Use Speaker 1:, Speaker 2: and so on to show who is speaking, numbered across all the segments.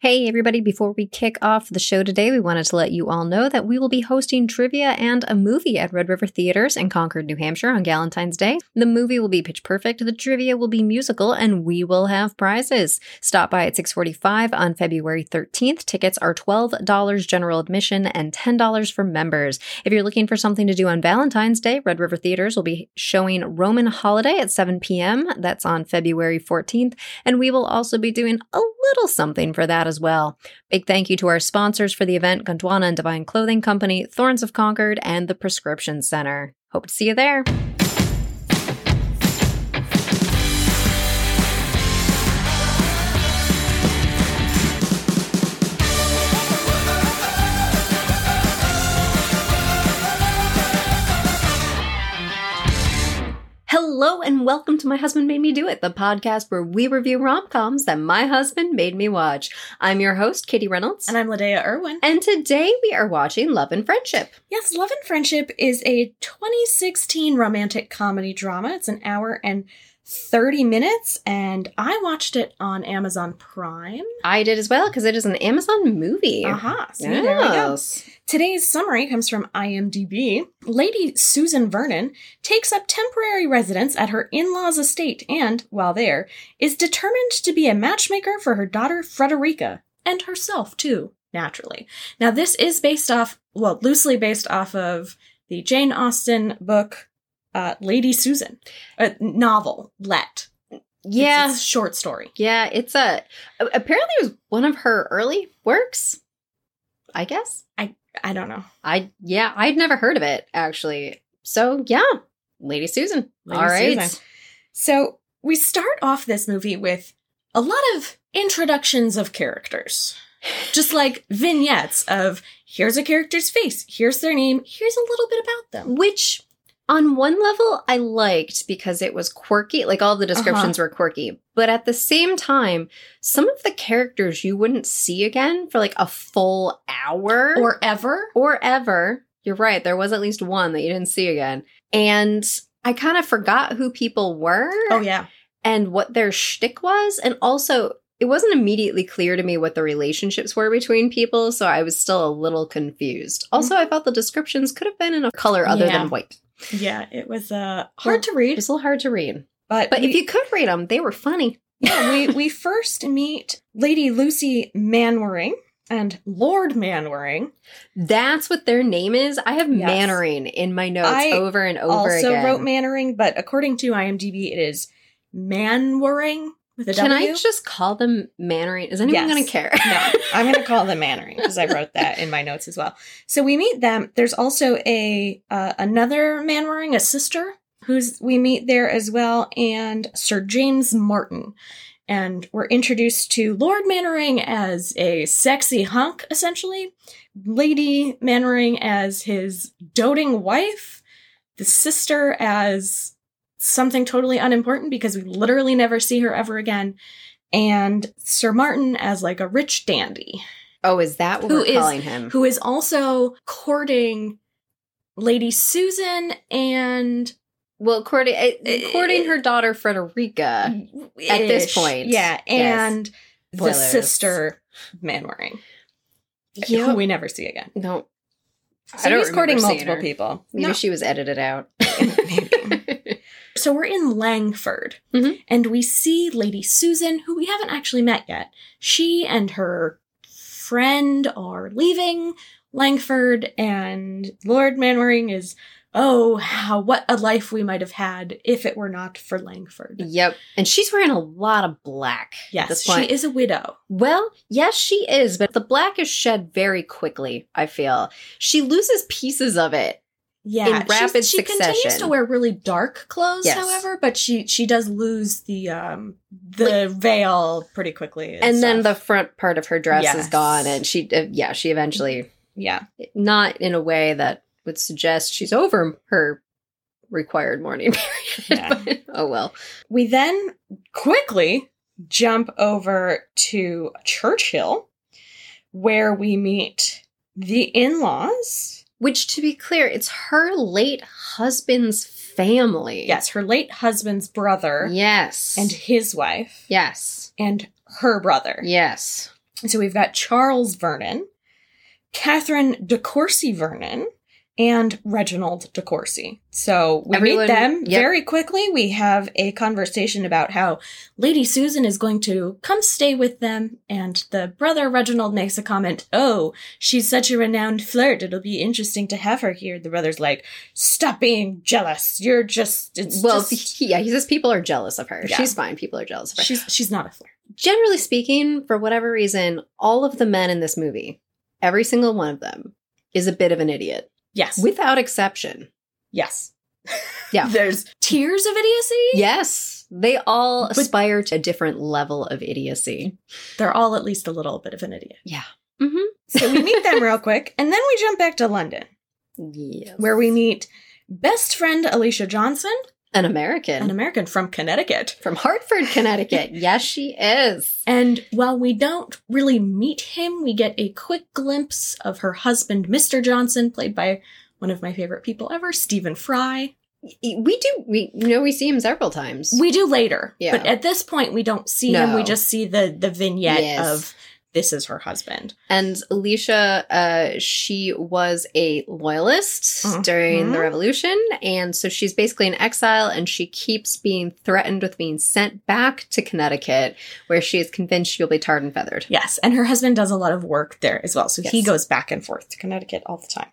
Speaker 1: Hey, everybody, before we kick off the show today, we wanted to let you all know that we will be hosting trivia and a movie at Red River Theaters in Concord, New Hampshire on Valentine's Day. The movie will be pitch perfect, the trivia will be musical, and we will have prizes. Stop by at 645 on February 13th. Tickets are $12 general admission and $10 for members. If you're looking for something to do on Valentine's Day, Red River Theaters will be showing Roman Holiday at 7 p.m. That's on February 14th. And we will also be doing a little something for that as well. Big thank you to our sponsors for the event Gondwana and Divine Clothing Company, Thorns of Concord, and the Prescription Center. Hope to see you there. Hello and welcome to My Husband Made Me Do It, the podcast where we review rom-coms that my husband made me watch. I'm your host, Katie Reynolds.
Speaker 2: And I'm Ladea Irwin.
Speaker 1: And today we are watching Love and Friendship.
Speaker 2: Yes, Love and Friendship is a 2016 romantic comedy drama. It's an hour and 30 minutes, and I watched it on Amazon Prime.
Speaker 1: I did as well because it is an Amazon movie.
Speaker 2: Aha, Uh-huh. see, there we go.
Speaker 1: Yes.
Speaker 2: Today's summary comes from IMDb. Lady Susan Vernon takes up temporary residence at her in law's estate and, while there, is determined to be a matchmaker for her daughter Frederica and herself, too, naturally. Now, this is based off, well, loosely based off of the Jane Austen book, uh, Lady Susan, uh, novel, Let. It's-
Speaker 1: Yeah.
Speaker 2: It's a short story.
Speaker 1: yeah, it's a apparently it was one of her early works, I guess.
Speaker 2: I don't know.
Speaker 1: I yeah, I'd never heard of it actually. So yeah, Lady Susan.
Speaker 2: Lady
Speaker 1: All right.
Speaker 2: Susan. So we start off this movie with a lot of introductions of characters. Just like vignettes of here's a character's face, here's their name, here's a little bit about them.
Speaker 1: Which on one level I liked because it was quirky, like all the
Speaker 2: Uh-huh.
Speaker 1: descriptions were quirky. But at the same time, some of the characters you wouldn't see again for like a full hour
Speaker 2: Or ever.
Speaker 1: or ever. You're right. There was at least one that you didn't see again. And I kind of forgot who people were
Speaker 2: Oh yeah.
Speaker 1: and what their shtick was. And also, it wasn't immediately clear to me what the relationships were between people. So I was still a little confused. Also, I felt the descriptions could have been in a color other
Speaker 2: Mm-hmm. Yeah.
Speaker 1: than white.
Speaker 2: Yeah, it was uh hard to read.
Speaker 1: It was a little hard to read.
Speaker 2: But,
Speaker 1: But
Speaker 2: we,
Speaker 1: if you could read them, they were funny.
Speaker 2: yeah, we, we first meet Lady Lucy Manwaring and Lord Manwaring.
Speaker 1: That's what their name is. I have
Speaker 2: Yes.
Speaker 1: Mannering in my notes
Speaker 2: I
Speaker 1: over and over
Speaker 2: also
Speaker 1: again.
Speaker 2: wrote Mannering, but according to IMDb it is Manwaring with a
Speaker 1: Can
Speaker 2: W.
Speaker 1: I just call them Mannering? Is anyone
Speaker 2: Yes.
Speaker 1: going to care?
Speaker 2: no, I'm going to call them Mannering because I wrote that in my notes as well. So we meet them. There's also a uh, another Mannering, a sister who's we meet there as well, and Sir James Martin. And we're introduced to Lord Mannering as a sexy hunk, essentially. Lady Mannering as his doting wife. The sister as something totally unimportant because we literally never see her ever again and Sir Martin as like a rich dandy
Speaker 1: Oh, is that what
Speaker 2: Who
Speaker 1: we're
Speaker 2: is-
Speaker 1: calling him?
Speaker 2: who is also courting Lady Susan and
Speaker 1: well, courting, eh,
Speaker 2: Eh,
Speaker 1: courting her daughter
Speaker 2: uh,
Speaker 1: Frederica. At this
Speaker 2: Ish.
Speaker 1: point,
Speaker 2: yeah,
Speaker 1: yes.
Speaker 2: and the
Speaker 1: Spoilers.
Speaker 2: sister Manwaring, who we never see again.
Speaker 1: No.
Speaker 2: So he's courting
Speaker 1: remember seeing
Speaker 2: multiple
Speaker 1: her.
Speaker 2: people.
Speaker 1: Maybe she was edited out.
Speaker 2: Maybe. So we're in Langford,
Speaker 1: Mhm.
Speaker 2: and we see Lady Susan, who we haven't actually met yet. She and her friend are leaving Langford, and Lord Manwaring is, oh, how what a life we might have had if it were not for Langford.
Speaker 1: yep. And she's wearing a lot of black. at
Speaker 2: Yes,
Speaker 1: this
Speaker 2: she
Speaker 1: point.
Speaker 2: is a widow.
Speaker 1: Well, yes, she is, but the black is shed very quickly, I feel. She loses pieces of it.
Speaker 2: Yeah,
Speaker 1: In
Speaker 2: she's-
Speaker 1: rapid
Speaker 2: she continues
Speaker 1: succession.
Speaker 2: to wear really dark clothes,
Speaker 1: Yes.
Speaker 2: however, but she she does lose the um the veil pretty quickly,
Speaker 1: And then the
Speaker 2: stuff.
Speaker 1: front part of her dress is
Speaker 2: Yes.
Speaker 1: gone, and she, uh, yeah, she eventually,
Speaker 2: yeah
Speaker 1: not in a way that would suggest she's over her required mourning period.
Speaker 2: Yeah.
Speaker 1: but- oh, well.
Speaker 2: We then quickly jump over to Churchill, where we meet the in laws.
Speaker 1: Which, to be clear, it's her late husband's family.
Speaker 2: Yes, her late husband's brother
Speaker 1: Yes.
Speaker 2: and his wife
Speaker 1: yes.
Speaker 2: and her brother.
Speaker 1: Yes.
Speaker 2: So we've got Charles Vernon, Catherine de Courcy Vernon, and Reginald de Courcy. So we
Speaker 1: Everyone-
Speaker 2: meet them
Speaker 1: yep.
Speaker 2: very quickly. We have a conversation about how Lady Susan is going to come stay with them, and the brother Reginald makes a comment, "Oh, she's such a renowned flirt. It'll be interesting to have her here." The brother's like, "Stop being jealous. You're just it's
Speaker 1: well,
Speaker 2: just-
Speaker 1: he- yeah, he says people are jealous of her.
Speaker 2: Yeah.
Speaker 1: She's fine. People are jealous of her.
Speaker 2: she's she's not a flirt."
Speaker 1: Generally speaking, for whatever reason, all of the men in this movie, every single one of them, is a bit of an idiot,
Speaker 2: Yes.
Speaker 1: without exception.
Speaker 2: yes.
Speaker 1: Yeah.
Speaker 2: There's tears of idiocy.
Speaker 1: Yes, they all
Speaker 2: But-
Speaker 1: aspire to a different level of idiocy.
Speaker 2: They're all at least a little bit of an idiot.
Speaker 1: Mm-hmm.
Speaker 2: So we meet them real quick, and then we jump back to London,
Speaker 1: Yes.
Speaker 2: where we meet best friend Alicia Johnson,
Speaker 1: an American
Speaker 2: an American from Connecticut.
Speaker 1: from Hartford, Connecticut. yes, she is.
Speaker 2: And while we don't really meet him, we get a quick glimpse of her husband, Mr. Johnson, played by one of my favorite people ever, Stephen Fry.
Speaker 1: We do. We you know we see him several times.
Speaker 2: We do later,
Speaker 1: Yeah.
Speaker 2: but at this point, we don't see him. We
Speaker 1: No.
Speaker 2: just see the the vignette
Speaker 1: Yes.
Speaker 2: of this is her husband.
Speaker 1: And Alicia, uh, she was a loyalist
Speaker 2: Mhm.
Speaker 1: during the revolution. And so she's basically in exile and she keeps being threatened with being sent back to Connecticut, where she is convinced she'll be tarred and feathered.
Speaker 2: Yes, and her husband does a lot of work there as well. So he
Speaker 1: Yes.
Speaker 2: goes back and forth to Connecticut all the time.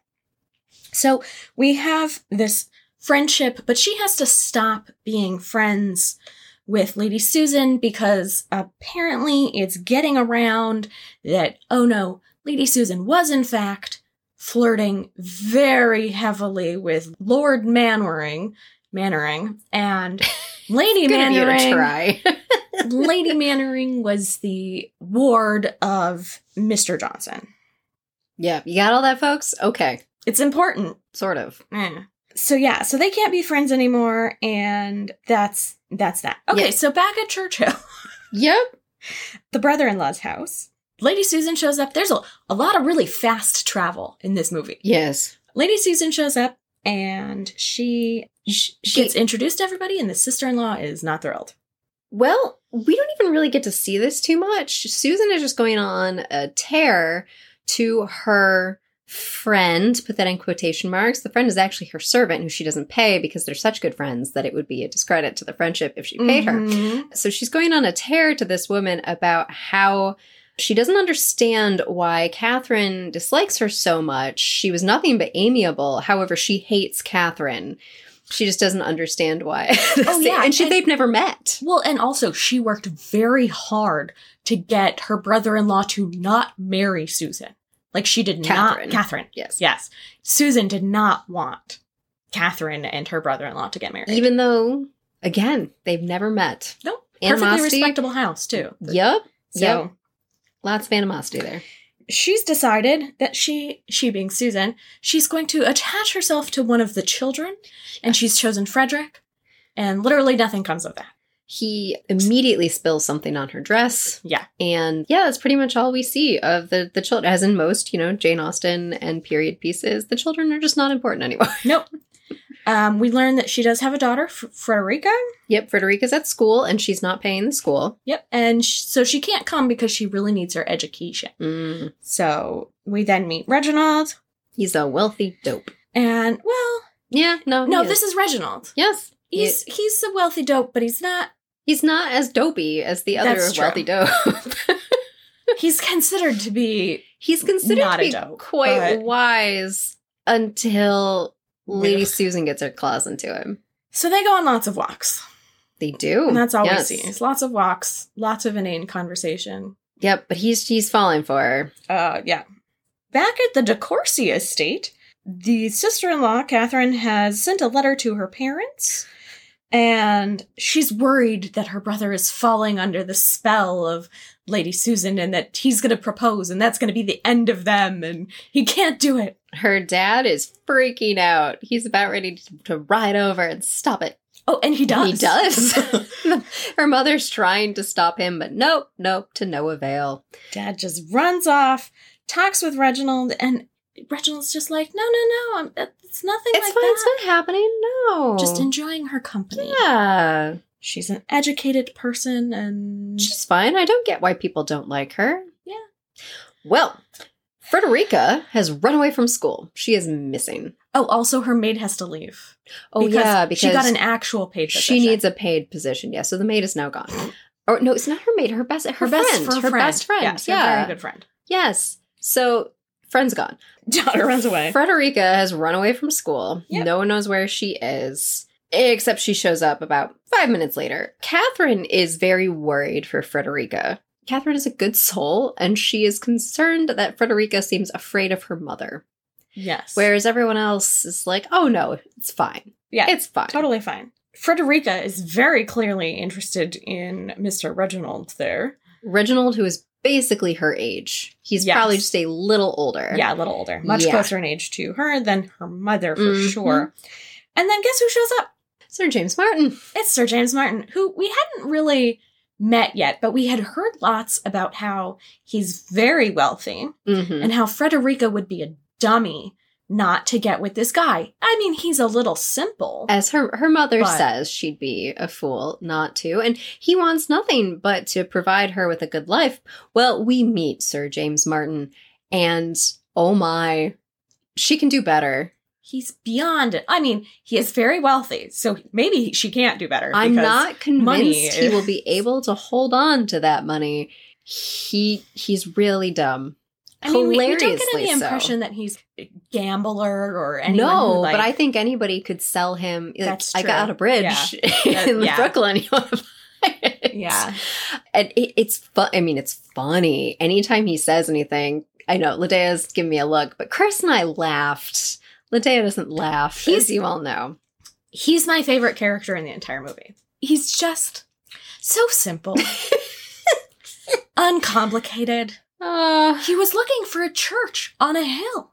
Speaker 2: So we have this friendship, but she has to stop being friends with Lady Susan because apparently it's getting around that, oh no, Lady Susan was in fact flirting very heavily with Lord Mannering, Mannering, and Lady
Speaker 1: Good of you to
Speaker 2: Mannering.
Speaker 1: try.
Speaker 2: Lady Mannering was the ward of Mr. Johnson.
Speaker 1: yeah, you got all that, folks? Okay,
Speaker 2: It's important.
Speaker 1: sort of.
Speaker 2: Eh. So yeah, so they can't be friends anymore, and that's that's that. Okay,
Speaker 1: Yeah.
Speaker 2: so back at Churchill,
Speaker 1: Yep.
Speaker 2: the brother-in-law's house. Lady Susan shows up. There's a, a lot of really fast travel in this movie.
Speaker 1: Yes.
Speaker 2: Lady Susan shows up and she, she
Speaker 1: she-
Speaker 2: gets introduced to everybody, and the sister-in-law is not thrilled.
Speaker 1: Well, we don't even really get to see this too much. Susan is just going on a tear to her friend, put that in quotation marks. The friend is actually her servant who she doesn't pay because they're such good friends that it would be a discredit to the friendship if she paid her.
Speaker 2: Mhm.
Speaker 1: So she's going on a tear to this woman about how she doesn't understand why Catherine dislikes her so much. She was nothing but amiable. However, she hates Catherine. She just doesn't understand why.
Speaker 2: Oh, yeah,
Speaker 1: and she,
Speaker 2: and-
Speaker 1: they've never met.
Speaker 2: Well, and also she worked very hard to get her brother-in-law to not marry Susan. Like she did
Speaker 1: Catherine.
Speaker 2: not Catherine.
Speaker 1: Yes.
Speaker 2: Yes. Susan did not want Catherine and her brother-in-law to get married.
Speaker 1: Even though, again, they've never met.
Speaker 2: no, perfectly
Speaker 1: Animosity.
Speaker 2: respectable house too.
Speaker 1: Yep.
Speaker 2: So
Speaker 1: Yep. Lots of animosity there.
Speaker 2: she's decided that she, she being Susan, she's going to attach herself to one of the children, and she's chosen Frederick, and literally nothing comes of that.
Speaker 1: He immediately spills something on her dress.
Speaker 2: Yeah.
Speaker 1: And yeah, that's pretty much all we see of the, the children. As in most, you know, Jane Austen and period pieces, the children are just not important anymore.
Speaker 2: Um, we learn that she does have a daughter, F- Frederica,
Speaker 1: yep, Frederica's at school and she's not paying the school.
Speaker 2: Yep. And sh- so she can't come because she really needs her education.
Speaker 1: Mm,
Speaker 2: So we then meet Reginald.
Speaker 1: he's a wealthy dope.
Speaker 2: And well,
Speaker 1: Yeah, no.
Speaker 2: no,
Speaker 1: Oh, he
Speaker 2: this is Reginald.
Speaker 1: Yes.
Speaker 2: He's he's a wealthy dope, but he's not.
Speaker 1: He's not as dopey as the other
Speaker 2: That's true.
Speaker 1: wealthy dope.
Speaker 2: He's considered to be
Speaker 1: He's considered
Speaker 2: Not
Speaker 1: to
Speaker 2: a
Speaker 1: be
Speaker 2: dope,
Speaker 1: quite
Speaker 2: but-
Speaker 1: wise until Lady
Speaker 2: Ugh.
Speaker 1: Susan gets her claws into him.
Speaker 2: So they go on lots of walks.
Speaker 1: They do.
Speaker 2: And that's all
Speaker 1: Yes.
Speaker 2: we see. Is lots of walks, lots of inane conversation.
Speaker 1: Yep, but he's he's falling for her.
Speaker 2: Uh yeah. Back at the De Courcy estate, the sister-in-law, Catherine, has sent a letter to her parents. And she's worried that her brother is falling under the spell of Lady Susan and that he's going to propose and that's going to be the end of them and he can't do it.
Speaker 1: Her dad is freaking out. He's about ready to, to ride over and stop it.
Speaker 2: Oh, and he does.
Speaker 1: He does. her mother's trying to stop him, but nope, nope, to no avail.
Speaker 2: Dad just runs off, talks with Reginald, and Reginald's just like, no, no, no, I'm, it's nothing
Speaker 1: It's
Speaker 2: like
Speaker 1: fine. It's
Speaker 2: that.
Speaker 1: not happening. No.
Speaker 2: Just enjoying her company.
Speaker 1: yeah.
Speaker 2: She's an educated person and
Speaker 1: She's fine. I don't get why people don't like her.
Speaker 2: Yeah.
Speaker 1: Well, Frederica has run away from school. She is missing.
Speaker 2: Oh, also her maid has to leave.
Speaker 1: Oh yeah, because
Speaker 2: she got an actual paid
Speaker 1: she
Speaker 2: position.
Speaker 1: needs a paid position. Yeah, so the maid is now gone. Or no, it's not her maid. Her best, her, friend, her best friend.
Speaker 2: Yes, her
Speaker 1: yeah,
Speaker 2: very good friend.
Speaker 1: yes. So friend's gone.
Speaker 2: Daughter runs away.
Speaker 1: Frederica has run away from school.
Speaker 2: Yep.
Speaker 1: No one knows where she is, except she shows up about five minutes later. Catherine is very worried for Frederica. Catherine is a good soul, and she is concerned that Frederica seems afraid of her mother,
Speaker 2: yes,
Speaker 1: whereas everyone else is like, "Oh no, it's fine.
Speaker 2: yeah,
Speaker 1: It's fine."
Speaker 2: Totally fine. Frederica is very clearly interested in Mr. Reginald there.
Speaker 1: Reginald, who is basically her age. He's
Speaker 2: Yes.
Speaker 1: probably just a little older.
Speaker 2: Yeah, a little older. Much
Speaker 1: Yeah.
Speaker 2: closer in age to her than her mother for
Speaker 1: Mhm.
Speaker 2: sure. And then guess who shows up?
Speaker 1: Sir James Martin.
Speaker 2: It's Sir James Martin, who we hadn't really met yet, but we had heard lots about how he's very wealthy
Speaker 1: Mm-hmm.
Speaker 2: and how Frederica would be a dummy not to get with this guy. I mean, he's a little simple.
Speaker 1: As her, her mother
Speaker 2: But-
Speaker 1: says, she'd be a fool not to. And he wants nothing but to provide her with a good life. Well, we meet Sir James Martin, and oh my, she can do better.
Speaker 2: He's beyond it. I mean, he is very wealthy, so maybe she can't do better.
Speaker 1: I'm
Speaker 2: because-
Speaker 1: not convinced he
Speaker 2: is-
Speaker 1: will be able to hold on to that money. He he's really dumb.
Speaker 2: I mean, we, we don't get
Speaker 1: Hilariously
Speaker 2: any
Speaker 1: so.
Speaker 2: impression that he's a gambler or anyone.
Speaker 1: no,
Speaker 2: who, like,
Speaker 1: but I think anybody could sell him. Like,
Speaker 2: That's
Speaker 1: I got
Speaker 2: true.
Speaker 1: a bridge
Speaker 2: That-
Speaker 1: in
Speaker 2: yeah.
Speaker 1: Brooklyn. You want to buy it?
Speaker 2: yeah,
Speaker 1: and it, it's fun. I mean, it's funny. Anytime he says anything, I know Ladea's giving me a look, but Chris and I laughed. Ladea doesn't laugh,
Speaker 2: He's-
Speaker 1: as you all know.
Speaker 2: he's my favorite character in the entire movie. He's just so simple, uncomplicated.
Speaker 1: Because
Speaker 2: He was looking for a church on a hill.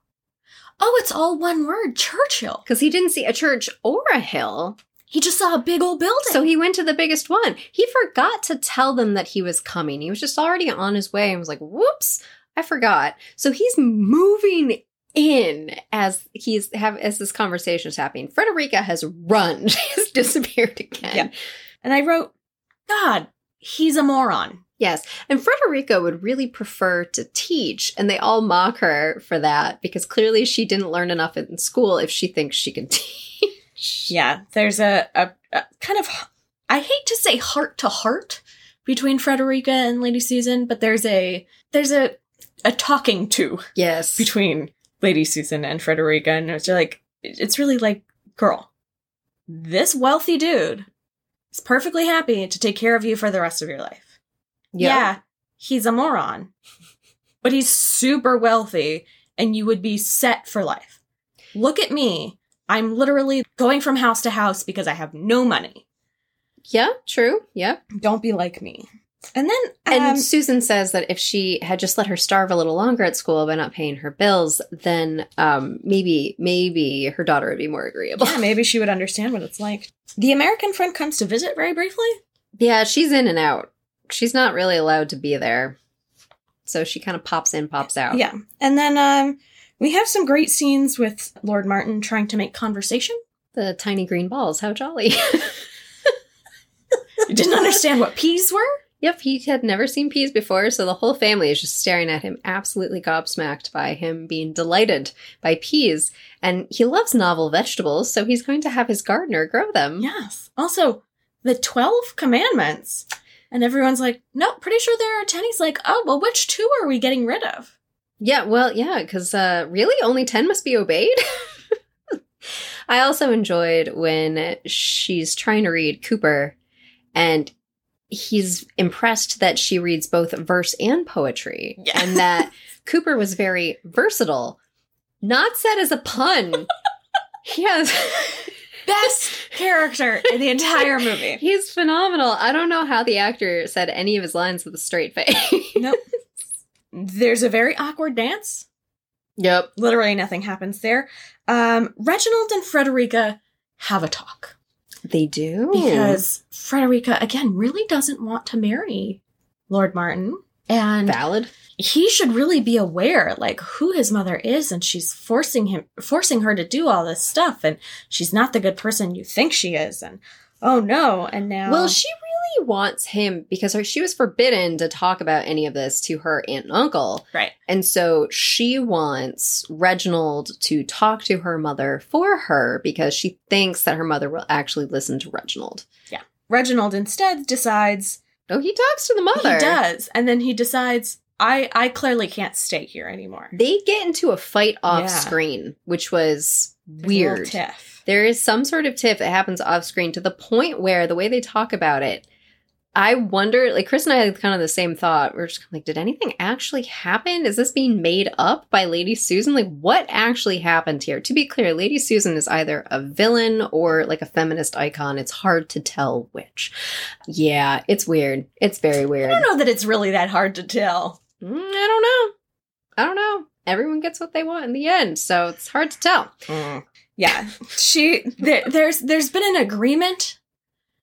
Speaker 2: Oh, it's all one word, Churchill.
Speaker 1: he didn't see a church or a hill,
Speaker 2: He just saw a big old building.
Speaker 1: so he went to the biggest one. He forgot to tell them that he was coming. He was just already on his way and was like, "Whoops, I forgot." So he's moving in as he's have as this conversation is happening. Frederica has run; she's disappeared again.
Speaker 2: Yeah. and I wrote, God, he's a moron.
Speaker 1: Yes. And Frederica would really prefer to teach, and they all mock her for that because clearly she didn't learn enough in school if she thinks she can teach.
Speaker 2: Yeah, there's a, a, a kind of, I hate to say heart to heart between Frederica and Lady Susan, but there's a, there's a, a talking to
Speaker 1: Yes.
Speaker 2: between Lady Susan and Frederica. And it's like, it's really like, girl, this wealthy dude is perfectly happy to take care of you for the rest of your life. Yeah, he's a moron, but he's super wealthy and you would be set for life. Look at me. I'm literally going from house to house because I have no money.
Speaker 1: Yeah, true. Yeah.
Speaker 2: Don't be like me. And then,
Speaker 1: And
Speaker 2: um,
Speaker 1: Susan says that if she had just let her starve a little longer at school by not paying her bills, then um, maybe, maybe her daughter would be more agreeable.
Speaker 2: yeah, maybe she would understand what it's like. The American friend comes to visit very briefly.
Speaker 1: yeah, she's in and out. She's not really allowed to be there. So she kind of pops in, pops out.
Speaker 2: Yeah. And then um, we have some great scenes with Lord Martin trying to make conversation.
Speaker 1: The tiny green balls, how jolly.
Speaker 2: You didn't understand what peas were?
Speaker 1: Yep, he had never seen peas before, so the whole family is just staring at him, absolutely gobsmacked by him being delighted by peas. And he loves novel vegetables, so he's going to have his gardener grow them.
Speaker 2: Yes. Also, the 12 commandments. And everyone's like, no, pretty sure there are 10. He's like, oh, well, which two are we getting rid of?
Speaker 1: Yeah, well, yeah, because uh, really only 10 must be obeyed. I also enjoyed when she's trying to read Cooper and he's impressed that she reads both verse and poetry
Speaker 2: Yeah.
Speaker 1: and that Cooper was very versatile, not said as a pun. he has.
Speaker 2: Best character in the entire movie.
Speaker 1: He's phenomenal. I don't know how the actor said any of his lines with a straight face.
Speaker 2: Nope. There's a very awkward dance.
Speaker 1: yep.
Speaker 2: Literally nothing happens there. Um, Reginald and Frederica have a talk.
Speaker 1: They do.
Speaker 2: because Frederica again really doesn't want to marry Lord Martin and
Speaker 1: valid.
Speaker 2: he should really be aware like who his mother is and she's forcing him forcing her to do all this stuff and she's not the good person you think she is and oh no and now
Speaker 1: Well, she really wants him because her, she was forbidden to talk about any of this to her aunt and uncle.
Speaker 2: Right.
Speaker 1: And so she wants Reginald to talk to her mother for her because she thinks that her mother will actually listen to Reginald.
Speaker 2: Reginald instead decides
Speaker 1: Oh, he talks to the mother.
Speaker 2: He does, and then he decides I I clearly can't stay here anymore.
Speaker 1: They get into a fight off
Speaker 2: Yeah.
Speaker 1: screen, which was
Speaker 2: There's a little
Speaker 1: weird.
Speaker 2: tiff.
Speaker 1: There is some sort of tiff that happens off screen to the point where the way they talk about it, I wonder, like Chris and I had kind of the same thought. We're just kinda like, did anything actually happen? Is this being made up by Lady Susan? Like, what actually happened here? To be clear, Lady Susan is either a villain or like a feminist icon. It's hard to tell which. Yeah, it's weird. It's very
Speaker 2: I
Speaker 1: weird.
Speaker 2: don't know that it's really that hard to tell.
Speaker 1: Mm, I don't know. I don't know. Everyone gets what they want in the end, so it's hard to tell.
Speaker 2: Yeah, she there, there's there's been an agreement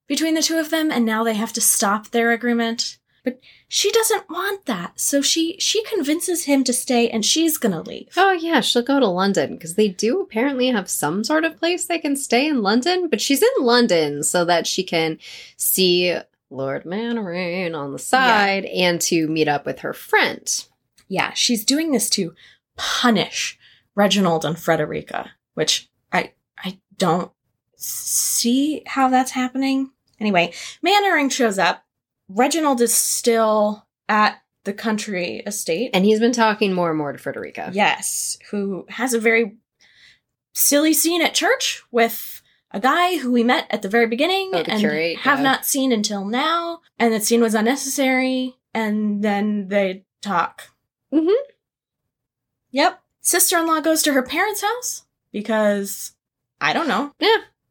Speaker 2: between the two of them, and now they have to stop their agreement. But she doesn't want that, so she she convinces him to stay, and she's gonna leave.
Speaker 1: Oh yeah, she'll go to London because they do apparently have some sort of place they can stay in London, but she's in London so that she can see Lord Manorin on the side and to meet up with her friend.
Speaker 2: Yeah, she's doing this to punish Reginald and Frederica, which I I don't see how that's happening. Anyway, Mannering shows up. Reginald is still at the country estate.
Speaker 1: And he's been talking more and more to Frederica.
Speaker 2: Yes, who has a very silly scene at church with a guy who we met at the very beginning
Speaker 1: Oh, the
Speaker 2: and
Speaker 1: curate,
Speaker 2: have
Speaker 1: yeah.
Speaker 2: not seen until now. And that scene was unnecessary. And then they talk.
Speaker 1: Mhm.
Speaker 2: Yep. Sister in law goes to her parents' house because I don't know.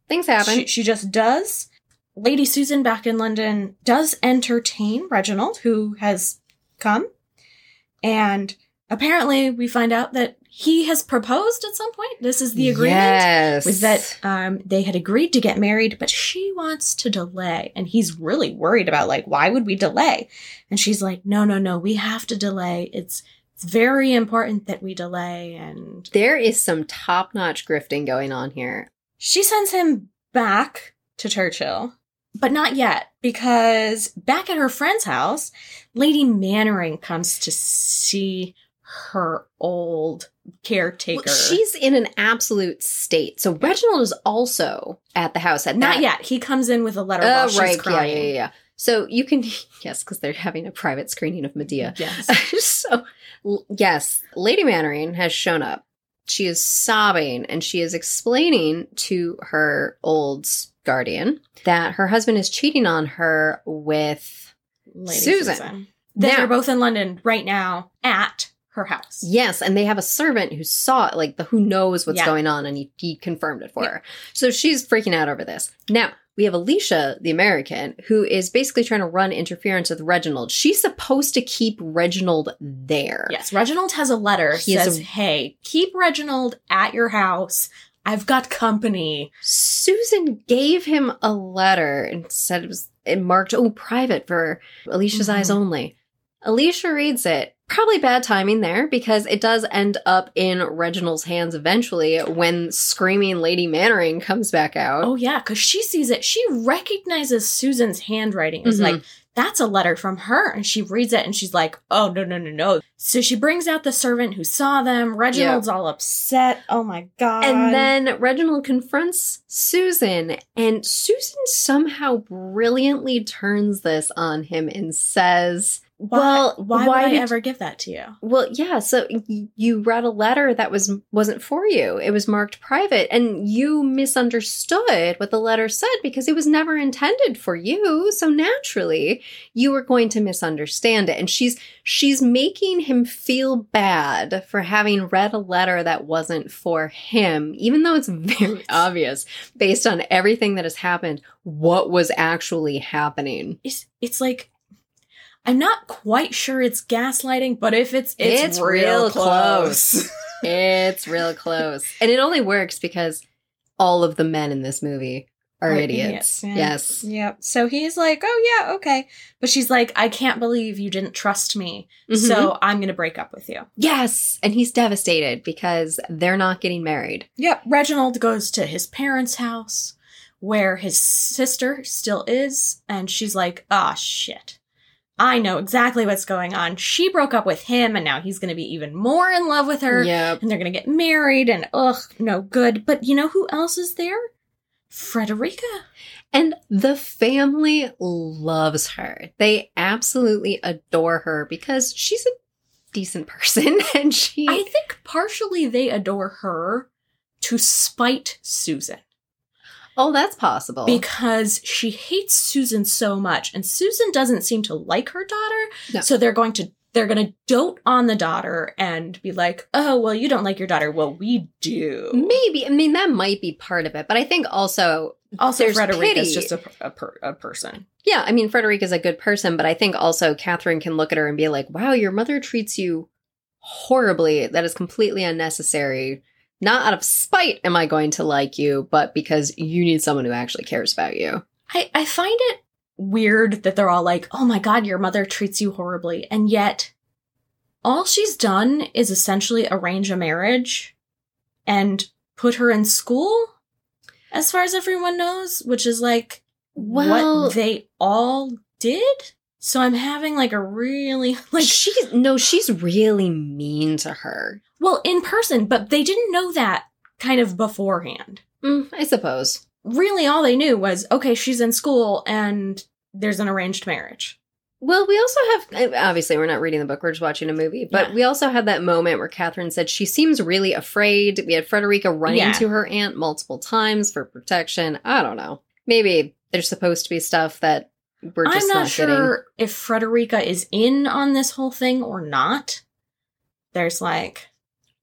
Speaker 1: Things happen.
Speaker 2: She, she just does. Lady Susan back in London does entertain Reginald, who has come. And apparently, we find out that he has proposed at some point. This is the agreement.
Speaker 1: Yes.
Speaker 2: Was that um, they had agreed to get married, but she wants to delay. And he's really worried about, like, why would we delay? And she's like, no, no, no, we have to delay. It's, it's very important that we delay. And
Speaker 1: there is some top-notch grifting going on here.
Speaker 2: She sends him back to Churchill, but not yet, because back at her friend's house, Lady Mannering comes to see her old caretaker.
Speaker 1: Well, she's in an absolute state. So Reginald is also at the house at
Speaker 2: not
Speaker 1: that.
Speaker 2: yet. He comes in with a letter
Speaker 1: Oh,
Speaker 2: while she's
Speaker 1: right. Yeah,
Speaker 2: crying.
Speaker 1: yeah, yeah, yeah. So you can yes, because they're having a private screening of Medea.
Speaker 2: Yes.
Speaker 1: so l- yes, Lady Mannering has shown up. She is sobbing and she is explaining to her old guardian that her husband is cheating on her with
Speaker 2: Lady
Speaker 1: Susan.
Speaker 2: They're
Speaker 1: Now-
Speaker 2: both in London right now at her house.
Speaker 1: Yes, and they have a servant who saw it, like the who knows what's
Speaker 2: Yeah.
Speaker 1: going on, and he, he confirmed it for
Speaker 2: Yeah.
Speaker 1: her. So she's freaking out over this. Now we have Alicia, the American, who is basically trying to run interference with Reginald. She's supposed to keep Reginald there.
Speaker 2: Yes, Reginald has a letter
Speaker 1: He is
Speaker 2: says,
Speaker 1: a-
Speaker 2: "Hey, keep Reginald at your house. I've got company."
Speaker 1: Susan gave him a letter and said it was it marked oh private for Alicia's
Speaker 2: Mhm.
Speaker 1: eyes only. Alicia reads it. Probably bad timing there because it does end up in Reginald's hands eventually when screaming Lady Mannering comes back out.
Speaker 2: Oh yeah, because she sees it. She recognizes Susan's handwriting. It's
Speaker 1: Mhm.
Speaker 2: like that's a letter from her, and she reads it, and she's like, "Oh no, no, no, no!" So she brings out the servant who saw them. Reginald's all upset. Oh my god!
Speaker 1: And then Reginald confronts Susan, and Susan somehow brilliantly turns this on him and says,
Speaker 2: why,
Speaker 1: well,
Speaker 2: why,
Speaker 1: why
Speaker 2: would
Speaker 1: did-
Speaker 2: I ever give that to you?
Speaker 1: "Well, yeah, so y- you read a letter that was wasn't for you. It was marked private, and you misunderstood what the letter said because it was never intended for you. So naturally, you were going to misunderstand it." And she's she's making him feel bad for having read a letter that wasn't for him, even though it's very obvious based on everything that has happened what was actually happening.
Speaker 2: It's it's like I'm not quite sure it's gaslighting, but if it's it's,
Speaker 1: It's
Speaker 2: real,
Speaker 1: real
Speaker 2: close.
Speaker 1: It's real close. and it only works because all of the men in this movie are,
Speaker 2: Are
Speaker 1: idiots.
Speaker 2: idiots, yeah.
Speaker 1: Yes.
Speaker 2: yep. So he's like, "Oh yeah, okay," but she's like, "I can't believe you didn't trust me,
Speaker 1: So,
Speaker 2: so I'm gonna break up with you."
Speaker 1: Mm-hmm. yes. And he's devastated because they're not getting married.
Speaker 2: Yep, Reginald goes to his parents' house where his sister still is, and she's like, ah, shit. I know exactly what's going on. She broke up with him, and now he's going to be even more in love with her,
Speaker 1: Yep.
Speaker 2: and they're going to get married, and ugh, no good. But you know who else is there? Frederica.
Speaker 1: And the family loves her. They absolutely adore her because she's a decent person and she
Speaker 2: I think partially they adore her to spite Susan.
Speaker 1: Oh, that's possible.
Speaker 2: because she hates Susan so much and Susan doesn't seem to like her daughter.
Speaker 1: No.
Speaker 2: So they're going to they're going to dote on the daughter and be like, "Oh, well you don't like your daughter. Well, we do."
Speaker 1: Maybe. I mean, that might be part of it, but I think also,
Speaker 2: Also
Speaker 1: there's
Speaker 2: Frederica's
Speaker 1: pity.
Speaker 2: just a a, per, a person.
Speaker 1: yeah, I mean, Frederica's a good person, but I think also Catherine can look at her and be like, wow, your mother treats you horribly. That is completely unnecessary. Not out of spite am I going to like you, but because you need someone who actually cares about you.
Speaker 2: I I find it weird that they're all like, "Oh my god, your mother treats you horribly." And yet all she's done is essentially arrange a marriage and put her in school as far as everyone knows, which is like what they all did. So I'm having like a really like
Speaker 1: like she's no, she's really mean to her.
Speaker 2: well in person, but they didn't know that kind of beforehand.
Speaker 1: Mm, I suppose.
Speaker 2: Really, all they knew was okay, she's in school and there's an arranged marriage.
Speaker 1: Well, we also have obviously we're not reading the book; we're just watching a movie. But
Speaker 2: Yeah.
Speaker 1: we also had that moment where Catherine said she seems really afraid. We had Frederica running
Speaker 2: Yeah.
Speaker 1: to her aunt multiple times for protection. I don't know. Maybe there's supposed to be stuff that we're just
Speaker 2: I'm not,
Speaker 1: not,
Speaker 2: sure
Speaker 1: getting.
Speaker 2: if Frederica is in on this whole thing or not. There's like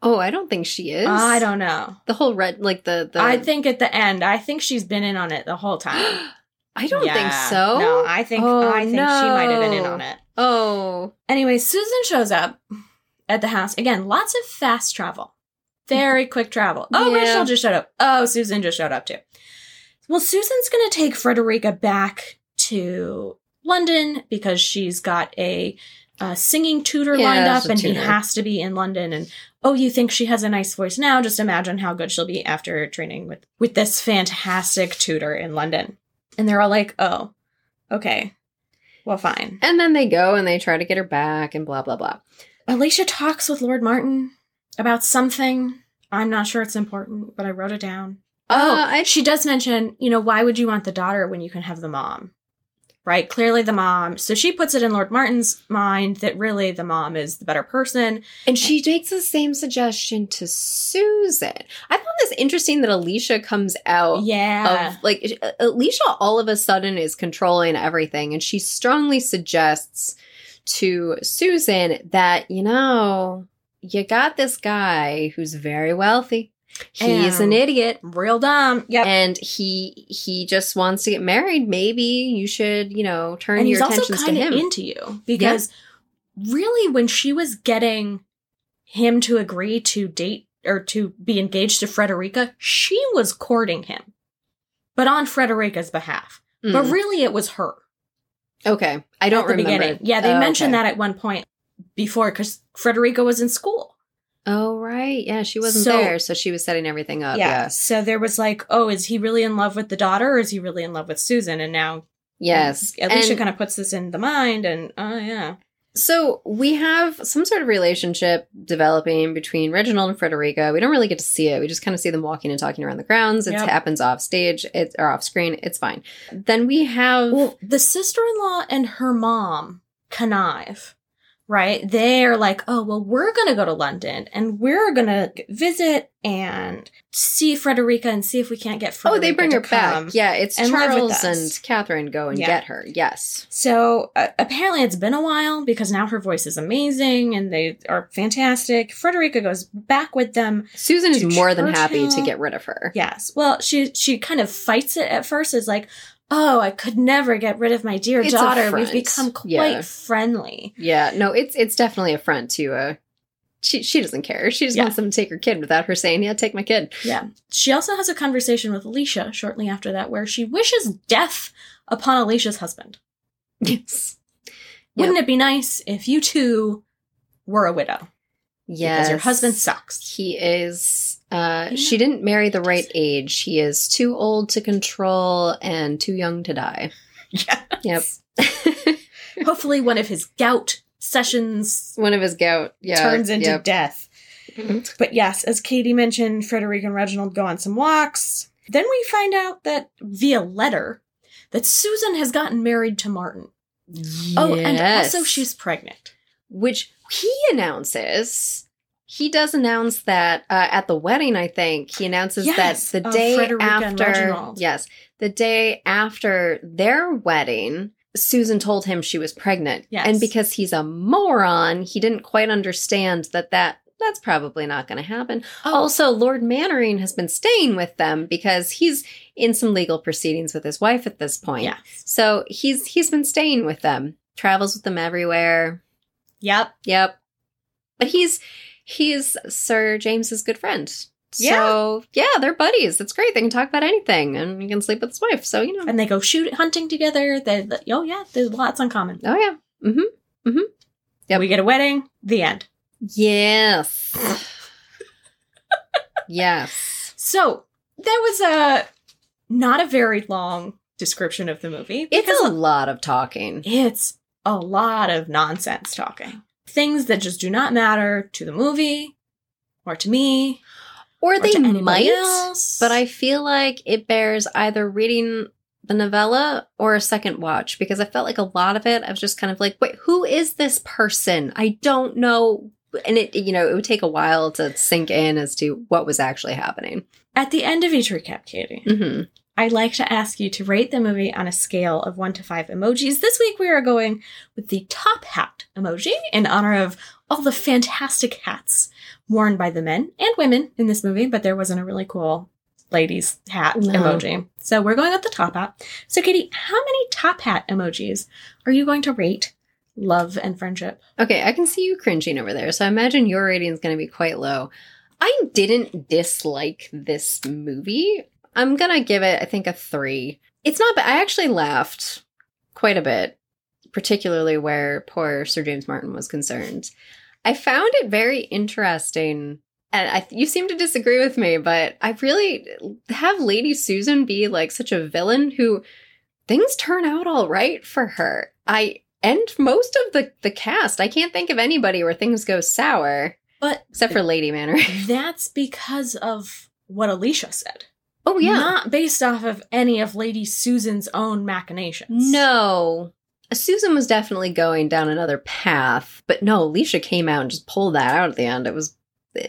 Speaker 1: Oh, I don't think she is.
Speaker 2: I don't know.
Speaker 1: The whole red, like the the.
Speaker 2: I think at the end, I think she's been in on it the whole time.
Speaker 1: I don't think
Speaker 2: Yeah.
Speaker 1: so.
Speaker 2: No, I think
Speaker 1: Oh,
Speaker 2: I think she might have been in
Speaker 1: no.
Speaker 2: on it.
Speaker 1: oh,
Speaker 2: Anyway, Susan shows up at the house. Again, lots of fast travel. Very quick travel. Oh,
Speaker 1: Yeah.
Speaker 2: Rachel just showed up. Oh, Susan just showed up too. Well, Susan's going to take Frederica back to London because she's got a, uh singing tutor
Speaker 1: Yeah,
Speaker 2: lined up
Speaker 1: it's a
Speaker 2: and he
Speaker 1: tutor.
Speaker 2: has to be in London. And oh, you think she has a nice voice now? Just imagine how good she'll be after training with, with this fantastic tutor in London. And they're all like, oh, okay. Well, fine.
Speaker 1: and then they go and they try to get her back and blah blah blah.
Speaker 2: Alicia talks with Lord Martin about something. I'm not sure it's important, but I wrote it down. Oh,
Speaker 1: Uh, I-
Speaker 2: she does mention, you know, why would you want the daughter when you can have the mom? Right? Clearly the mom. So she puts it in Lord Martin's mind that really the mom is the better person.
Speaker 1: And she makes the same suggestion to Susan. I found this interesting that Alicia comes out
Speaker 2: yeah.
Speaker 1: Oh, of like uh, Alicia all of a sudden is controlling everything and she strongly suggests to Susan that, you know, you got this guy who's very wealthy. He's an
Speaker 2: And-
Speaker 1: idiot
Speaker 2: Real dumb. Yep.
Speaker 1: and he he just wants to get married. Maybe you should, you know, turn
Speaker 2: and
Speaker 1: your
Speaker 2: he's also
Speaker 1: attentions to
Speaker 2: kind
Speaker 1: him.
Speaker 2: of into you because really when she was getting him to agree to date or to be engaged to Frederica, she was courting him, but on Frederica's behalf.
Speaker 1: Mm.
Speaker 2: But really, it was her.
Speaker 1: okay, I don't
Speaker 2: at the
Speaker 1: remember.
Speaker 2: beginning. Yeah, they
Speaker 1: Oh,
Speaker 2: mentioned
Speaker 1: okay.
Speaker 2: that at one point before because Frederica was in school.
Speaker 1: Oh right, yeah, she wasn't
Speaker 2: So-
Speaker 1: there, so she was setting everything up. Uh, Yes,
Speaker 2: So there was like, oh, is he really in love with the daughter or is he really in love with Susan? And now
Speaker 1: yes.
Speaker 2: Alicia
Speaker 1: And
Speaker 2: kind of puts this in the mind and oh, yeah.
Speaker 1: so we have some sort of relationship developing between Reginald and Frederica. We don't really get to see it. We just kind of see them walking and talking around the grounds. It
Speaker 2: Yep.
Speaker 1: happens off stage, it, or off screen. It's fine. Then we have
Speaker 2: Well, the sister in law and her mom connive, right? They're like, oh, well, we're going to go to London and we're going to visit and see Frederica and see if we can't get
Speaker 1: oh,
Speaker 2: Frederica.
Speaker 1: they bring
Speaker 2: to
Speaker 1: her
Speaker 2: come.
Speaker 1: back. Yeah, it's
Speaker 2: and live with
Speaker 1: Charles
Speaker 2: us.
Speaker 1: and Catherine go and
Speaker 2: Yeah.
Speaker 1: get her. Yes.
Speaker 2: So uh, apparently, it's been a while because now her voice is amazing and they are fantastic. Frederica goes back with them.
Speaker 1: Susan is
Speaker 2: To
Speaker 1: more than happy to
Speaker 2: Churchill.
Speaker 1: get rid of her.
Speaker 2: Yes. Well, she she kind of fights it at first. Is like, oh, I could never get rid of my dear
Speaker 1: It's a
Speaker 2: daughter. We've
Speaker 1: front.
Speaker 2: become quite
Speaker 1: Yeah.
Speaker 2: friendly.
Speaker 1: Yeah, no, it's it's definitely a front to uh she she doesn't care. She just
Speaker 2: Yeah.
Speaker 1: wants them to take her kid without her saying, Yeah, take my kid.
Speaker 2: Yeah. She also has a conversation with Alicia shortly after that where she wishes death upon Alicia's husband.
Speaker 1: Yes.
Speaker 2: Wouldn't it be nice if you two were a widow?
Speaker 1: Yes.
Speaker 2: Because your husband sucks.
Speaker 1: He is Uh, She didn't marry the right age. He is too old to control and too young to die.
Speaker 2: Yeah.
Speaker 1: Yep.
Speaker 2: Hopefully, one of his gout sessions
Speaker 1: One of his gout. Yeah.
Speaker 2: turns into
Speaker 1: yep.
Speaker 2: death.
Speaker 1: Mhm.
Speaker 2: But yes, as Katie mentioned, Frederica and Reginald go on some walks. Then we find out that via letter that Susan has gotten married to Martin. Oh, and
Speaker 1: Yes.
Speaker 2: also she's pregnant.
Speaker 1: which he announces. He does announce that uh, at the wedding. I think he announces
Speaker 2: Yes,
Speaker 1: that the
Speaker 2: of
Speaker 1: day
Speaker 2: Frederica and
Speaker 1: after.
Speaker 2: Reginald.
Speaker 1: Yes, the day after their wedding, Susan told him she was pregnant.
Speaker 2: Yes.
Speaker 1: and because he's a moron, he didn't quite understand that that. That's probably not going to happen.
Speaker 2: Oh.
Speaker 1: Also, Lord Mannering has been staying with them because he's in some legal proceedings with his wife at this point.
Speaker 2: yeah.
Speaker 1: So he's he's been staying with them, travels with them everywhere.
Speaker 2: Yep.
Speaker 1: Yep. But he's he's Sir James's good friend.
Speaker 2: Yeah.
Speaker 1: So yeah, they're buddies. It's great. They can talk about anything and you can sleep with his wife. So you know.
Speaker 2: And they go shoot hunting together. They, they- oh yeah, there's lots in common.
Speaker 1: Oh yeah. Mm-hmm. Yep.
Speaker 2: We get a wedding. The end.
Speaker 1: Yes. yes.
Speaker 2: So that was a not a very long description of the movie.
Speaker 1: It's a
Speaker 2: because
Speaker 1: lot of talking.
Speaker 2: it's a lot of nonsense talking. Things that just do not matter to the movie or to me
Speaker 1: Or
Speaker 2: or to
Speaker 1: they
Speaker 2: anybody
Speaker 1: might,
Speaker 2: else.
Speaker 1: but I feel like it bears either reading the novella or a second watch because I felt like a lot of it I was just kind of like, wait, who is this person? I don't know. And it, you know, it would take a while to sink in as to what was actually happening.
Speaker 2: at the end of each recap, Katie,
Speaker 1: hmm
Speaker 2: I'd like to ask you to rate the movie on a scale of one to five emojis. This week we are going with the top hat emoji in honor of all the fantastic hats worn by the men and women in this movie, but there wasn't a really cool ladies hat
Speaker 1: No.
Speaker 2: emoji. So we're going with the top hat. So Katie, how many top hat emojis are you going to rate love and friendship?
Speaker 1: Okay, I can see you cringing over there. So I imagine your rating is going to be quite low. I didn't dislike this movie. I'm going to give it, I think, a three. It's not bad. I actually laughed quite a bit, particularly where poor Sir James Martin was concerned. I found it very interesting. And I, you seem to disagree with me, but I really have Lady Susan be like such a villain who things turn out all right for her. I and most of the the cast. I can't think of anybody where things go sour
Speaker 2: But
Speaker 1: except for Lady Manor.
Speaker 2: that's because of what Alicia said.
Speaker 1: Oh
Speaker 2: Not based off of any of Lady Susan's own machinations.
Speaker 1: no. Susan was definitely going down another path, but no, Alicia came out and just pulled that out at the end. It was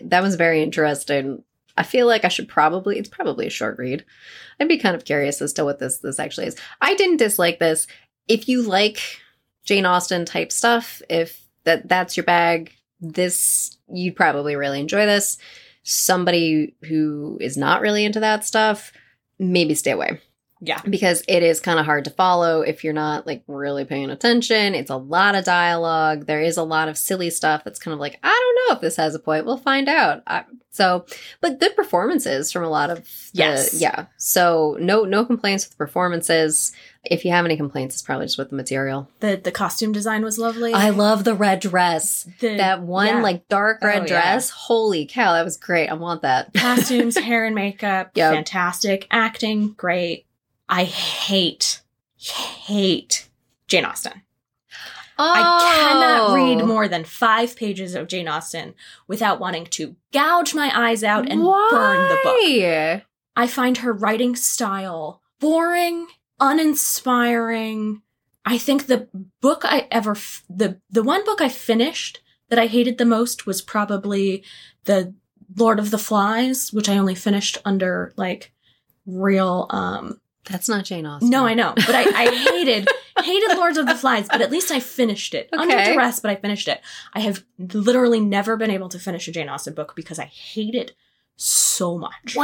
Speaker 1: that was very interesting. I feel like I should probably it's probably a short read. I'd be kind of curious as to what this this actually is. I didn't dislike this. If you like Jane Austen type stuff, if that that's your bag, this you'd probably really enjoy this. Somebody who is not really into that stuff, maybe stay away.
Speaker 2: Yeah.
Speaker 1: Because it is kind of hard to follow if you're not like really paying attention. It's a lot of dialogue. There is a lot of silly stuff that's kind of like, I don't know if this has a point. We'll find out. I, so, but good performances from a lot of the-
Speaker 2: Yes.
Speaker 1: yeah. So no no complaints with the performances. If you have any complaints, it's probably just with the material.
Speaker 2: The the costume design was lovely.
Speaker 1: I love the red dress.
Speaker 2: the
Speaker 1: That one
Speaker 2: yeah.
Speaker 1: like dark red
Speaker 2: Oh, yeah.
Speaker 1: dress. Holy cow, that was great. I want that.
Speaker 2: costumes, hair and makeup,
Speaker 1: Yep.
Speaker 2: fantastic acting, great. I hate hate Jane Austen. I cannot read
Speaker 1: Oh.
Speaker 2: more than 5 pages of Jane Austen without wanting to gouge my eyes out and burn the book.
Speaker 1: Why?
Speaker 2: I find her writing style boring, uninspiring. I think the book I ever f- the the one book I finished that I hated the most was probably the Lord of the Flies, which I only finished under like real um
Speaker 1: That's not Jane Austen.
Speaker 2: no, I know, but I, I hated hated Lords of the Flies, but at least I finished it under
Speaker 1: Okay.
Speaker 2: duress. But I finished it. I have literally never been able to finish a Jane Austen book because I hate it so much.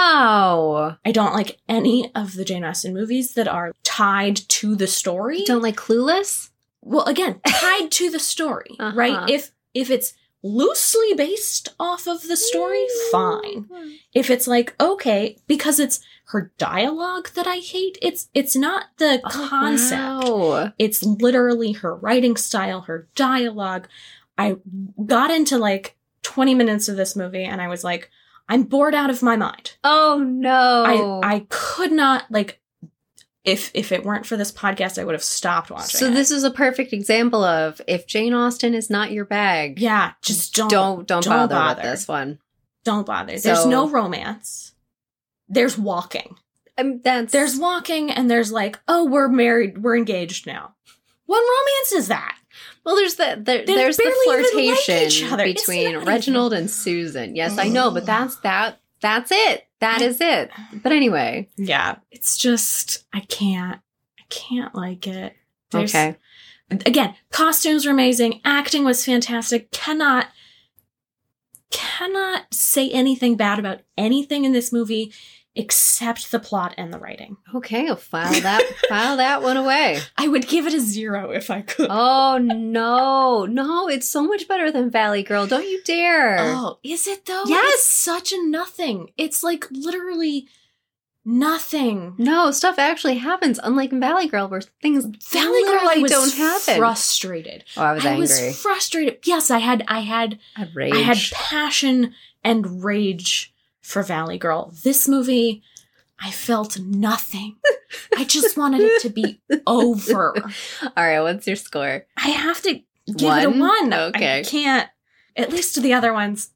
Speaker 1: Wow.
Speaker 2: I don't like any of the Jane Austen movies that are tied to the story.
Speaker 1: You don't like Clueless?
Speaker 2: well, again, tied to the story,
Speaker 1: Uh-huh.
Speaker 2: right? If if it's loosely based off of the story,
Speaker 1: Mm.
Speaker 2: fine. If it's like okay, because it's her dialogue that I hate. It's it's not the concept.
Speaker 1: Oh, Wow.
Speaker 2: It's literally her writing style, her dialogue. I got into like 20 minutes of this movie and I was like, I'm bored out of my mind.
Speaker 1: Oh no.
Speaker 2: I I could not like if if it weren't for this podcast, I would have stopped watching.
Speaker 1: so
Speaker 2: it.
Speaker 1: this is a perfect example of if Jane Austen is not your bag,
Speaker 2: yeah, just don't
Speaker 1: don't don't,
Speaker 2: don't
Speaker 1: bother,
Speaker 2: bother.
Speaker 1: with this one.
Speaker 2: don't bother.
Speaker 1: So-
Speaker 2: There's no romance. There's walking.
Speaker 1: I mean, that's
Speaker 2: There's walking, and there's like, oh, we're married, we're engaged now. What romance is that?
Speaker 1: well, there's the, the
Speaker 2: They
Speaker 1: there's the
Speaker 2: barely even like each
Speaker 1: flirtation
Speaker 2: other. It's
Speaker 1: between
Speaker 2: not Oh.
Speaker 1: Reginald and Susan. Yes, I know, but
Speaker 2: Ugh.
Speaker 1: that's that. That's it. That is it. But anyway,
Speaker 2: Yeah, it's just I can't, I can't like it. There's-
Speaker 1: okay.
Speaker 2: again, costumes were amazing, acting was fantastic. Cannot cannot say anything bad about anything in this movie except the plot and the writing.
Speaker 1: Okay, I'll file that file that one away.
Speaker 2: I would give it a zero if I could.
Speaker 1: Oh no, no! It's so much better than Valley Girl. Don't you dare!
Speaker 2: Oh, is it though?
Speaker 1: Yes.
Speaker 2: It's such a nothing. It's like literally nothing.
Speaker 1: No, stuff actually happens. Unlike in Valley Girl, where things
Speaker 2: Valley Girl, I
Speaker 1: literally
Speaker 2: was
Speaker 1: don't happen.
Speaker 2: frustrated.
Speaker 1: oh, I was
Speaker 2: I
Speaker 1: angry.
Speaker 2: was frustrated. Yes, I had I had
Speaker 1: I had rage.
Speaker 2: I had passion and rage for Valley Girl. This movie, I felt nothing. I just wanted it to be over.
Speaker 1: All right, what's your score?
Speaker 2: I have to give it a
Speaker 1: One?
Speaker 2: one.
Speaker 1: Okay.
Speaker 2: I can't. At least the other ones.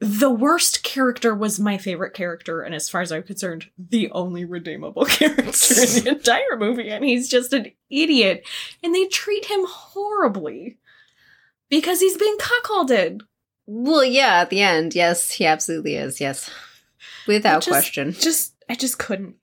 Speaker 2: The worst character was my favorite character, and as far as I'm concerned, the only redeemable character in the entire movie, and he's just an idiot. And they treat him horribly because he's being cuckolded.
Speaker 1: Well, yeah, at the end, yes, he absolutely is. Yes, without
Speaker 2: Just-
Speaker 1: question.
Speaker 2: just I just couldn't.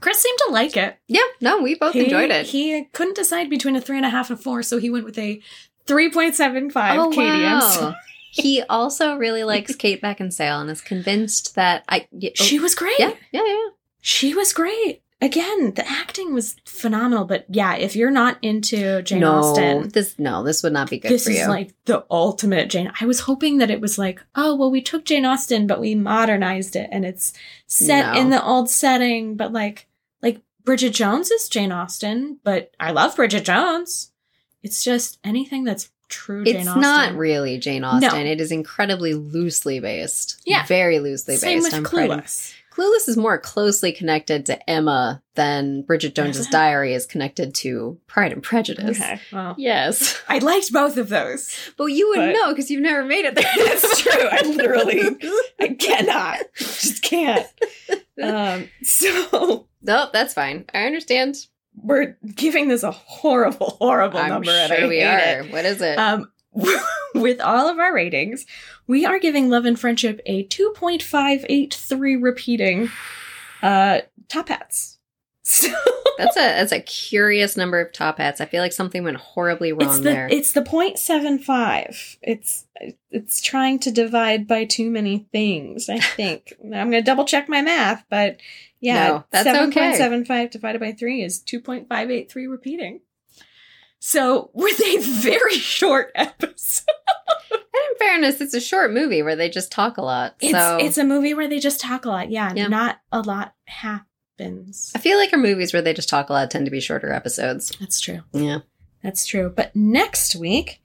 Speaker 2: Chris seemed to like it.
Speaker 1: Yeah, no, we both
Speaker 2: He-
Speaker 1: enjoyed it.
Speaker 2: He couldn't decide between a three and a half and a four, so he went with a three point seven five.
Speaker 1: oh
Speaker 2: Katie, I'm sorry.
Speaker 1: wow! he also really likes Kate Beckinsale and is convinced that I. y- oh,
Speaker 2: she was great.
Speaker 1: yeah, yeah, yeah.
Speaker 2: She was great. Again, the acting was phenomenal. But yeah, if you're not into Jane
Speaker 1: no,
Speaker 2: Austen,
Speaker 1: this no, this would not be good
Speaker 2: this
Speaker 1: for you.
Speaker 2: is like the ultimate Jane. I was hoping that it was like, oh well, we took Jane Austen, but we modernized it, and it's set
Speaker 1: No.
Speaker 2: in the old setting. But like, like Bridget Jones is Jane Austen, but I love Bridget Jones. It's just anything that's true.
Speaker 1: it's
Speaker 2: Jane Austen.
Speaker 1: not really Jane Austen.
Speaker 2: No.
Speaker 1: It is incredibly loosely based.
Speaker 2: Yeah.
Speaker 1: very loosely
Speaker 2: Same
Speaker 1: based.
Speaker 2: with
Speaker 1: pretty-
Speaker 2: Clueless.
Speaker 1: Clueless is more closely connected to Emma than Bridget Jones's
Speaker 2: Is it?
Speaker 1: Diary is connected to Pride and Prejudice.
Speaker 2: Okay, well,
Speaker 1: Yes,
Speaker 2: I liked both of those.
Speaker 1: but you wouldn't
Speaker 2: But-
Speaker 1: know because you've never made it there.
Speaker 2: That's true. I literally- I cannot, just can't. Um, so
Speaker 1: Nope, that's fine. I understand.
Speaker 2: we're giving this a horrible, horrible
Speaker 1: I'm
Speaker 2: number.
Speaker 1: sure
Speaker 2: and I
Speaker 1: we
Speaker 2: hate
Speaker 1: are.
Speaker 2: it.
Speaker 1: What is it?
Speaker 2: Um, with all of our ratings, we are giving Love and Friendship a 2.583 repeating uh, top hats. So
Speaker 1: that's a that's a curious number of top hats. I feel like something went horribly wrong
Speaker 2: it's the
Speaker 1: there.
Speaker 2: it's the 0.75. It's it's trying to divide by too many things. I think I'm going to double check my math, but yeah,
Speaker 1: No, that's okay.
Speaker 2: 7.75 divided by three is 2.583 repeating. So with a very short episode.
Speaker 1: and in fairness, it's a short movie where they just talk a lot.
Speaker 2: It's
Speaker 1: so
Speaker 2: it's a movie where they just talk a lot. Yeah,
Speaker 1: Yeah.
Speaker 2: not a lot happens.
Speaker 1: I feel like our movies where they just talk a lot tend to be shorter episodes.
Speaker 2: That's true.
Speaker 1: Yeah.
Speaker 2: That's true. But next week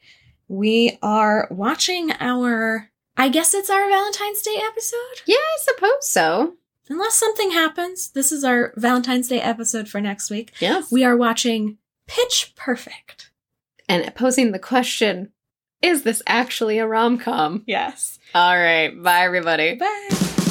Speaker 2: we are watching our I guess it's our Valentine's Day episode.
Speaker 1: Yeah, I suppose so.
Speaker 2: Unless something happens, this is our Valentine's Day episode for next week.
Speaker 1: Yes.
Speaker 2: We are watching Pitch Perfect.
Speaker 1: and posing the question, is this actually a rom com?
Speaker 2: Yes.
Speaker 1: All right. Bye, everybody.
Speaker 2: Bye.